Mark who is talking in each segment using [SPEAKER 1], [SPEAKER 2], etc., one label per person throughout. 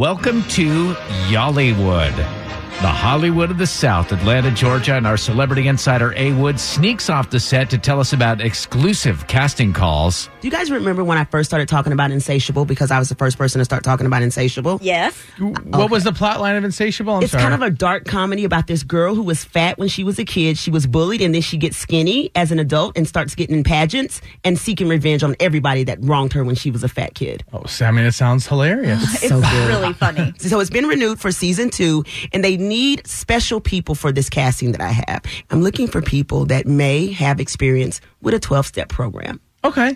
[SPEAKER 1] Welcome to Yollywood, the Hollywood of the South, Atlanta, Georgia, and our celebrity insider A Wood sneaks off the set to tell us about exclusive casting calls.
[SPEAKER 2] Do you guys remember when I first started talking about Insatiable? Because I was the first person to start talking about Insatiable.
[SPEAKER 3] Yes.
[SPEAKER 4] What was the plot line of Insatiable? I'm
[SPEAKER 2] it's
[SPEAKER 4] sorry.
[SPEAKER 2] kind of a dark comedy about this girl who was fat when she was a kid. She was bullied, and then she gets skinny as an adult and starts getting in pageants and seeking revenge on everybody that wronged her when she was a fat kid.
[SPEAKER 4] oh, so, I mean, it sounds hilarious.
[SPEAKER 3] It's really funny.
[SPEAKER 2] So it's been renewed for season two, and they need special people for this casting that I have. I'm looking for people that may have experience with a 12 step program.
[SPEAKER 4] okay.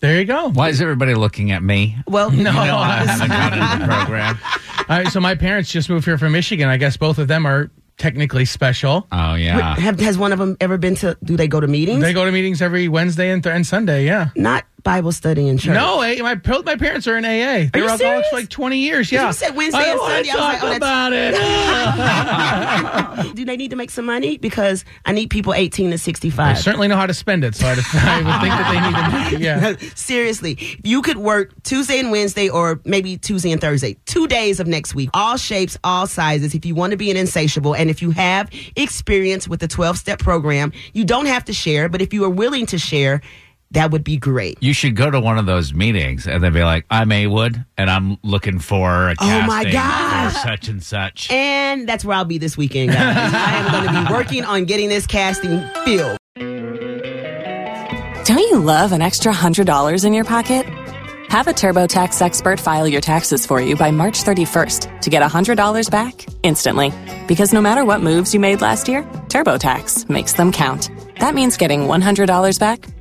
[SPEAKER 4] There you go.
[SPEAKER 1] Why is everybody looking at me?
[SPEAKER 2] Well, no,
[SPEAKER 1] You know I haven't gotten the program.
[SPEAKER 4] All right. So my parents just moved here from Michigan. I guess both of them are technically special.
[SPEAKER 2] Uh,
[SPEAKER 1] Oh, yeah.
[SPEAKER 2] have, has one of them ever been to? Do they go to meetings?
[SPEAKER 4] They go to meetings every Wednesday and, th- and Sunday. Yeah.
[SPEAKER 2] Not Bible study in church.
[SPEAKER 4] No, eh, my both my parents are in AA. They
[SPEAKER 2] you
[SPEAKER 4] were alcoholics
[SPEAKER 2] serious?
[SPEAKER 4] for like twenty years. Yeah.
[SPEAKER 2] you said Wednesday
[SPEAKER 4] I
[SPEAKER 2] and
[SPEAKER 4] don't
[SPEAKER 2] Sunday. I was like,
[SPEAKER 4] wanna talk
[SPEAKER 2] oh,
[SPEAKER 4] about it.
[SPEAKER 2] Do they need to make some money? Because I need people 18 to
[SPEAKER 4] I
[SPEAKER 2] 65.
[SPEAKER 4] certainly know how to spend it, so I'd, I would think that they need to. Yeah.
[SPEAKER 2] Seriously, you could work Tuesday and Wednesday, or maybe Tuesday and Thursday, two days of next week, all shapes, all sizes. If you want to be an insatiable, and if you have experience with the 12 step program, you don't have to share, but if you are willing to share, that would be great.
[SPEAKER 1] you should go to one of those meetings and then be like, I'm A Wood, and I'm looking for a
[SPEAKER 2] Oh,
[SPEAKER 1] casting
[SPEAKER 2] my gosh.
[SPEAKER 1] for such and such.
[SPEAKER 2] And that's where I'll be this weekend, guys. I am going to be working on getting this casting filled.
[SPEAKER 5] Don't you love an extra $100 in your pocket? Have a TurboTax expert file your taxes for you by March 31st to get $100 back instantly. Because no matter what moves you made last year, TurboTax makes them count. That means getting $100 back